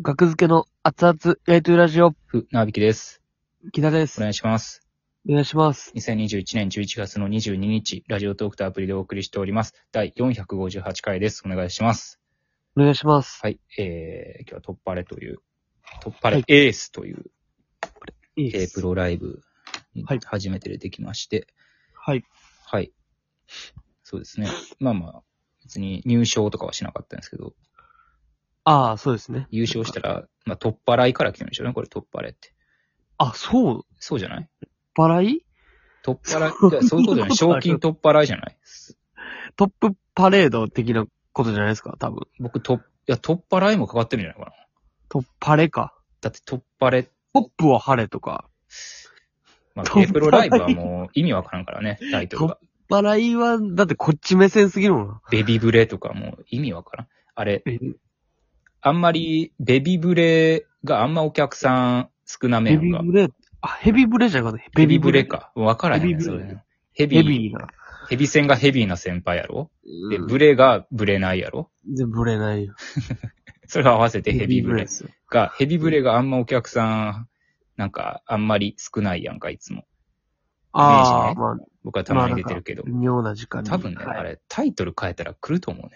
学付けの熱々やりとりラジオ、ふ、なびきです。木田ですお。願いします。お願いします。 2021年11月の22日、ラジオトークとアプリでお送りしております。第458回です。お願いします。お願いします。はい、えー、今日は突破れという、突破はれいエースという、いいえープロライブにはい初めて出てきまして、はい。はい。そうですね。まあまあ、別に入賞とかはしなかったんですけど、ああ、そうですね。優勝したら、まあ、突破らいから来てるんでしょうね、これ突破れって。あ、そうそうじゃないバラい突破らいいや、そういうことじ ゃない。賞金突破らいじゃないトップパレード的なことじゃないですか、多分。僕、と、いや、突破ラインもかかってるんじゃないかな。トップパレか。だって突破れ、トップは晴れとか。まあ、突破ライン K プロライブはもう意味わからんからね、タイトルが。バラいは、だってこっち目線すぎるもんな。ベビブレとかもう意味わからん。あれ、あんまり、ベビブレがあんまお客さん少なめヘやんビか。ブレ、あ、ヘビブレじゃなかった。ベビブレ。か。わからへんベビねブレそれ。ヘビヘー、ビーな。ヘビ戦がヘビーな先輩やろで、うんブレがブレないやろ全然ブレないよ。それを合わせてヘビブレですよ。が、ヘビブレがあんまお客さん、なんか、あんまり少ないやんか、いつも。ああ、イメージねまあ、僕はたまに出てるけどまあ。なんか微妙な時間に。多分ね、はいあれ、タイトル変えたら来ると思うねん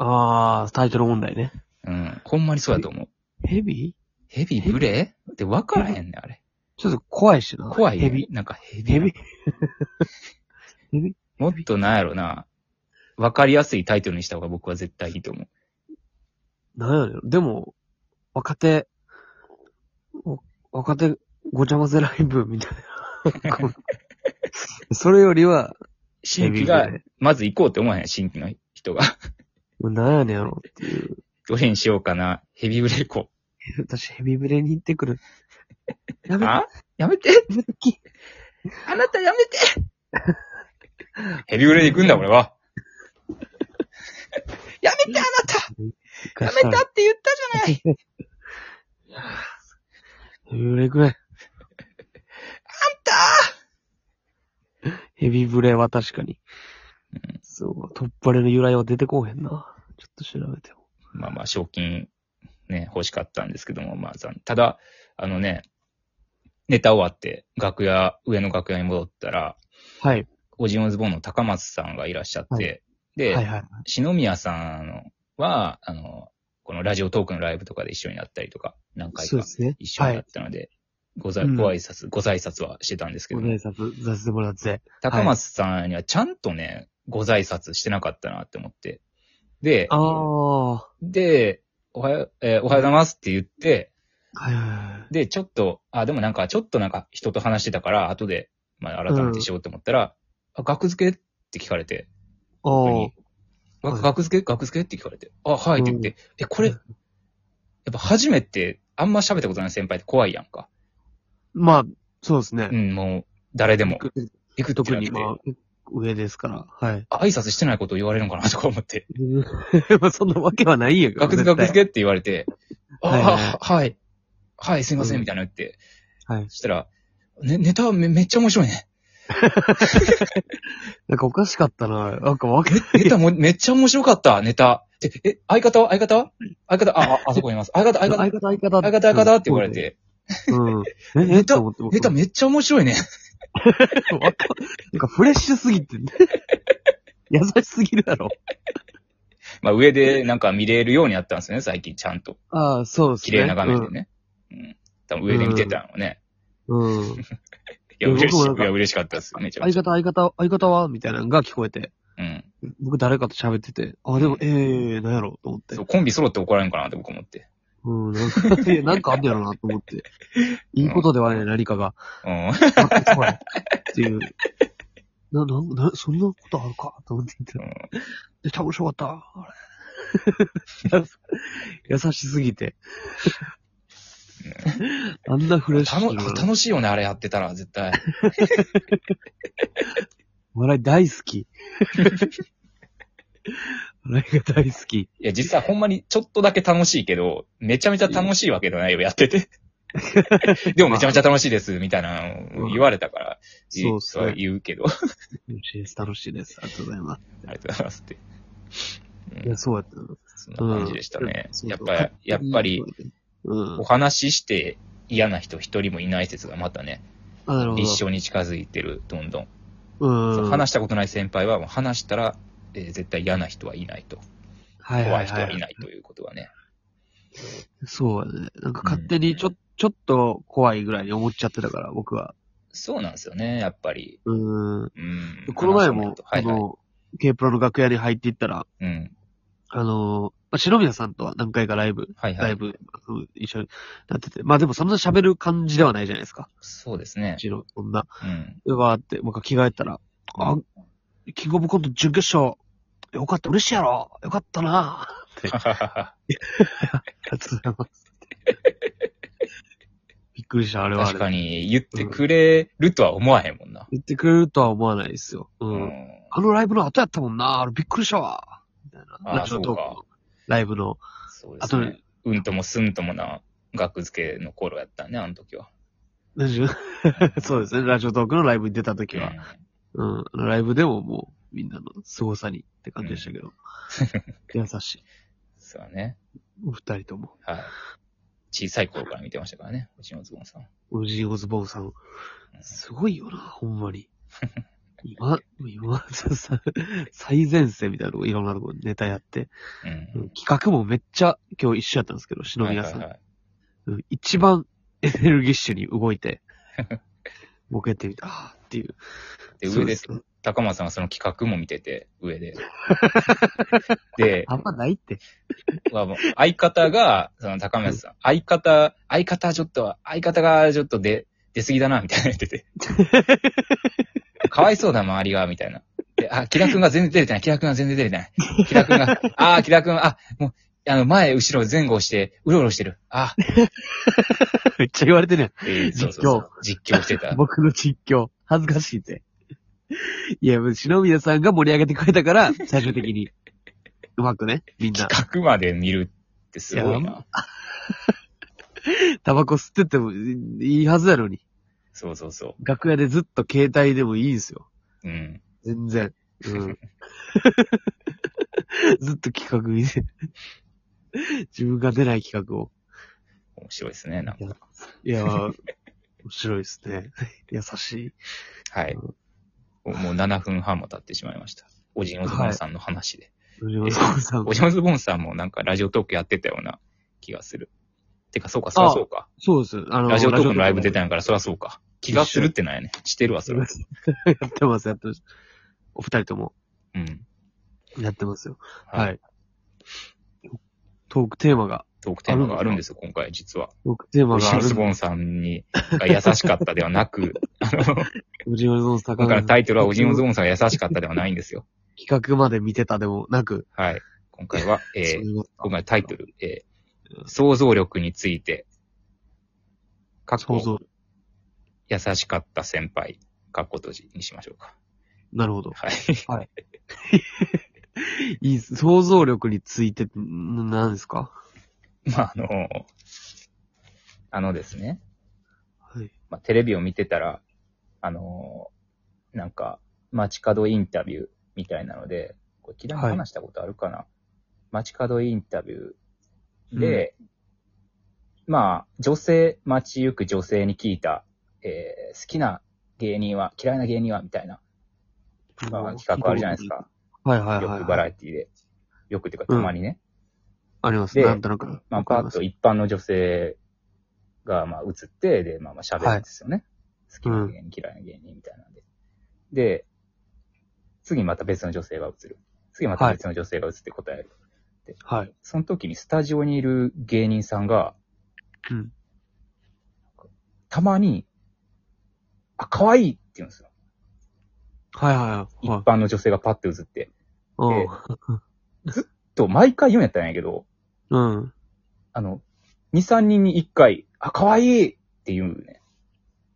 な。ああ、タイトル問題ね。うん。ほんまにそうだと思う。ヘビーヘビブレって分からへんねん、あれ。ちょっと怖いしな。怖いよヘね。ビ。なんかヘビ。ヘビ。もっとなんやろな。分かりやすいタイトルにした方が僕は絶対いいと思う。なんやねんでも、若手、お若手ごちゃ混ぜライブみたいな。こ うそれよりは、新規ヘがビで、まず行こうって思わへん、新規の人が。 なんやねんやろっていう。どれにしようかな。ヘビブレ行こ私ヘビブレに行ってくる。やめう。て、あやめてやめてきあなたやめ てヘビブレで行くんだ、俺は。やめて、あなたやめたって言ったじゃないヘビブレくれ。だヘビブレは確かに。そう、突破れの由来は出てこうへんな。ちょっと調べても。まあまあ、賞金ね、欲しかったんですけども、まあ、残ただ、あのね、ネタ終わって、楽屋、上の楽屋に戻ったら、はい。オジンオズボーンの高松さんがいらっしゃって、ははで、いはいはい。篠宮さんのは、あの、このラジオトークのライブとかで一緒になったりとか、何回そうかですね。一緒になはいっ。たので、ござうんご挨拶、ご挨拶はしてたんですけごど、挨拶させてもらって。高松さんにはちゃんとね、ご挨拶してなかったなって思って。で、ああ。はで、おはよう、えーおはようございますって言って、いはいはい。で、ちょっと、あ、でもなんか、ちょっとなんか人と話してたから、後で、まあ、改めてしようと思ったら、あ、学付けって聞かれて、僕おーに。が学付け学付けって聞かれて、あ、はいって言って、え、これ、やっぱ初めて、あんま喋ったことない先輩って怖いやんか。まあ、そうですねう。ん、もう、誰でも、行くと特きに、に、まあ、上ですから。はい。 あ挨拶してないことを言われるのかなとか思って、まあ、そんなわけはないんやけど。学付け絶学対付けって言われて、あ、はいはいははい、はい、すいませ、うんんみたいなの言って、はいそしたら、ね、ネタめめっちゃ面白いね。なんかおかしかったな。なんかわけ、ネタ も、めっちゃ面白かった、ネタ。でえ、相方は相方は相方、あ、あ、あそこにいます。相方、相相方、方、相方。相方、相方って言われ。て、うん。え、ネネタタ思って僕ネタめっちゃ面白いね。わかなんかフレッシュすぎて、 優しすぎるだろ。まあ上でなんか見れるようになったんですよね、最近ちゃんと。ああ、そうですね。綺麗な画面でね。うん。多分上で見てたのね。うん。うん。いや、いや嬉しい。僕もいなんかや、嬉しかったです。めちゃめ相ちゃ。方、相方、相方はみたいなのが聞こえて。うん。僕誰かと喋ってて。あ、でも、ええー、なんやろと思ってそう、。コンビ揃って怒られるのかなって僕思って。うん、なんか、いやなんかあんねやろなと思って。いいことではね、何かが。うん。あそうやっていう。な、な、な、そんなことあるかと思って言ってた。で、多分しょかった。あれ優しすぎて。あんなフレッシ楽ュな楽しいよね、あれやってたら、絶対。笑い大好き。笑いが大好き。いや、実はほんまにちょっとだけ楽しいけど、めちゃめちゃ楽しいわけじゃないよ、やっ てて。でもめちゃめちゃ楽しいです、みたいなのを言われたから、そうっす実はね。言うけど、あ楽しいです、楽しいです。ありがとうございます。りがとうございますって。いうんや、そうやった。そんな感じでしたねうん。そうやっそうぱり、やっぱり、、うんお。話しして嫌な人一人もいない説がまたね、あ、なるほど。立証に近づいてる、どんどん。そううん。話したことない先輩は、もう話したら、えー絶対嫌な人はいないと。はいは怖いい人ははいい。ないということはね。そうやね。なんか勝手にちょ、ちょっと怖いぐらいに思っちゃってたから、僕は。そうなんですよね、やっぱり。うん。うん。この前話もを見ると、はあいはい。の、K プロの楽屋に入っていったら、うん。あの、まあ、篠宮さんとは何回かライブ、はいはライい。ブ、うん一緒になってて。まあでもそんな喋る感じではないじゃないですか。そうですねう。ちの、そんな。うん。うわーって、僕は着替えたら、あ、 キングオブコント準決勝、よかった、嬉しいやろよかったな ありがとうございます。びっくりした、あれはあ確かれ。に、言ってくれるとは思わへんもんな。言ってくれるとは思わないですよ。う。うんん。あのライブの後やったもんな、あれびっくりしたわ。みたいな。あーラジオトークのそライブの。そうですね。うんともすんともな、学付けの頃やったね、あの時は。ラジオ そうですね、ラジオトークのライブに出た時は。うん。あのライブでももう、みんなの凄さにって感じでした けど。優しい。そうだね。お二人とも。はい。小さい頃から見てましたからね、うちのズボンさん。オジー・オズボーンさん。すごいよな、ほんま に。今、今、さ最前線みたいなとこ、いろんなとこネタやって。うん。うん企画もめっちゃ今日一緒やったんですけど、忍び屋さん。はいはいはいうん一番エネルギッシュに動い て、ボケてみた、あーっていう。で、そう上で、すね高松さんはその企画も見てて、上で。で、あんまないって。 まあもう相方が、その高松さん、相方、相方ちょっと、相方がちょっと出、出過ぎだな、みたいな言って て。かわいそうだ、周りが、みたいな。で、あ、キラ君が全然出れてない、キラ君が全然出れてない。キラ君が、あー、キラ君、あ、もう、あの、前、後ろ、前後して、うろうろしてる。あ、めっちゃ言われてね。えーそうそうそう。実況 してた。僕の実況。恥ずかしいって。いや、もう忍び屋さんが盛り上げてくれたから、最終的に。うまくね、みん な。企画まで見るってすごいいな。タバコ吸ってってもいいはずやのに。そうそうそ楽屋でずっと携帯でもいいんすよ。う。うん。全然。 うん。ずっと企画見て。自分が出ない企画を。面白いですね、なんか。いやー、面白いですね。優しい。はい。もう7分半も経ってしまいました。おじんおずぼんさんの話で。藤本さんお。じんおずぼんさんもなんかラジオトークやってたような気がする。てか、そうか、そらそうか。そうです。あのラジオトークのライブ出た。たんやから、そらそうか。気がするってなんやね。してるわ、それは。やってます、やってます。お二人ともうん。やってますよ。ははい。トークテーマが、トークテーマがあるんですよ、今回、実は。トークテーマおがじんあおずる。ぼんさんに、が優しかったではなく、あの、藤本さん、だからタイトルはおじんおず企ぼんさんが優しかったではないんですよ。画まで見てたでもなく、はい。今回は、えー、そういうこと今回タイトル、えー想像力について、かっ想こ像。優しかった先輩、かっこ閉じにしましょうか。なるほど。はい。 いい、想像力について、んなんですかまあ、あのーあのですね、はい。まあ、テレビを見てたら、あのーなんか、街角インタビューみたいなので、これ、昨日も話したことあるかな、街角インタビューで、まあ、女性、街行く女性に聞いた、えー好きな芸人は、嫌いな芸人は、みたいな、まあ、企画あるじゃないです。か。はいはいよはい、くバはい。ラエティで。よくっていうか、たまにね。あります。でなんとなく。まあ、わパかりーまッすと一般の女性が、まあ、映って、で、まあまあ喋るんですよね。好きな芸人、嫌いな芸人みたいなんで。で、次また別の女性が映る。次また別の女性が映って答える。はい。その時にスタジオにいる芸人さんが、うん。たまに、あ、可愛いって言うんですよ。はいはい一はい。般の女性がパッて映って。はいと、毎回言うんやったんやけど、うん。うん。あの、2、3人に1回、あ、可愛いって言うね。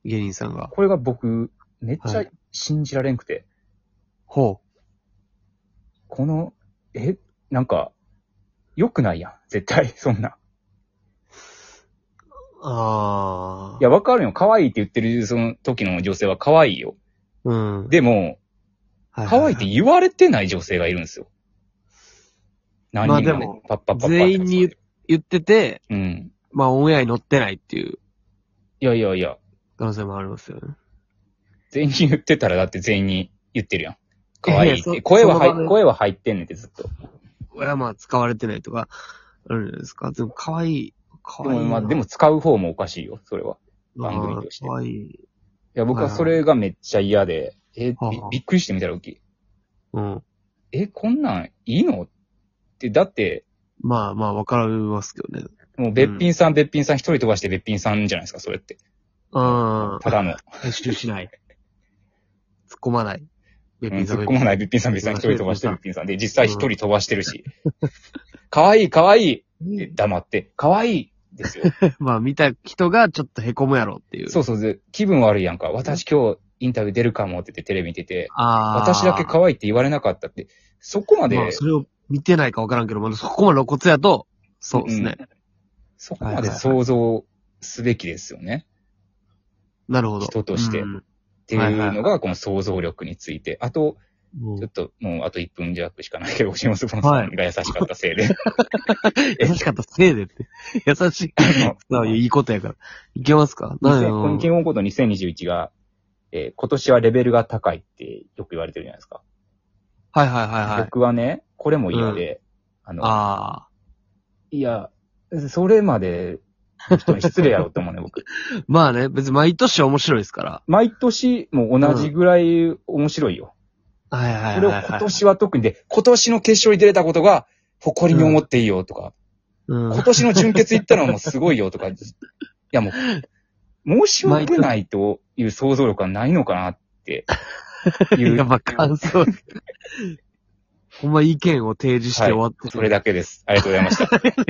芸人さんが。これが僕、めっちはゃ信じられんくて。ほこの、え、なんか、良くないやん。絶対、 そんな。う。ああ。いや、わかるよ。可愛いって言ってる、その時の女性は可愛いよ。うん。でも、ははは可愛いって言われてない女性がいるんですよ。何人まあかでねも、パッパッパッパッ全員にって言ってて、うん。まあ、オンエアに乗ってないっていういやいやいや、可能性もありますよね。全員に言ってたらだって全員に言ってるやん。可愛いっいやいて。や声はそその場入で声は入ってんねんってずっと。これはまあ、使われてないとか、あるじゃないですか。でも、可愛い。可で愛いも、な。まあ、でも使う方もおかしいよ、それは。まあ、番組として可愛い。いや、僕はそれがめっちゃ嫌で、え、びはあはあびっくりしてみたら、きうん。え、こんなんいいのって、だって、まあまあ、わかりますけどね。もう、べっぴんさん、べっぴんさん一人飛ばしてべっぴんさんじゃないですか、それって。うん。ただの。編集しない。突っ込まない。う別ん、突っ込まないべっぴんさん、べっぴんさん一人飛ばしてべっぴんさんで、実際一人飛ばしてるし。かわいい、かわいいって黙って、かわいいですよ。 まあ、見た人がちょっと凹むやろっていう。。そううそうで、気分悪いやんか。私今日インタビュー出るかもって言ってテレビ見てて、ああ。私だけ可愛いって言われなかったって、そこまで、まあ、それを見てないかわからんけど、まだそこまで露骨やと、そうですね。そこまで想像すべきですよね。なるほど。人としてうんっていうのが、この想像力について。あと、もうちょっと、もうあと1分弱しかないけど、星野さんが優しかったせいで。優しかったせいでって。 優しい。 あのいいことやから。いけますか2000何このキングオブコント2021が、えー今年はレベルが高いってよく言われてるじゃないですか。はいはいはいはい。僕はね、これも嫌で、あの、あいや、それまでの人に失礼やろって思うね、 僕。あ。まあね、別に毎年面白いですから。毎年もう同じぐらい面白いよ。はいはいこはいれをはい、今年は特にで、今年の決勝に出れたことが誇りに思っていいよとか、うん今年の純潔行ったのはもうすごいよとか、い やもう、申し訳ないという想像力はないのかなって いやっ、うぱ感想。ほんま意見を提示して終わって、それだけです。ありがとうございました。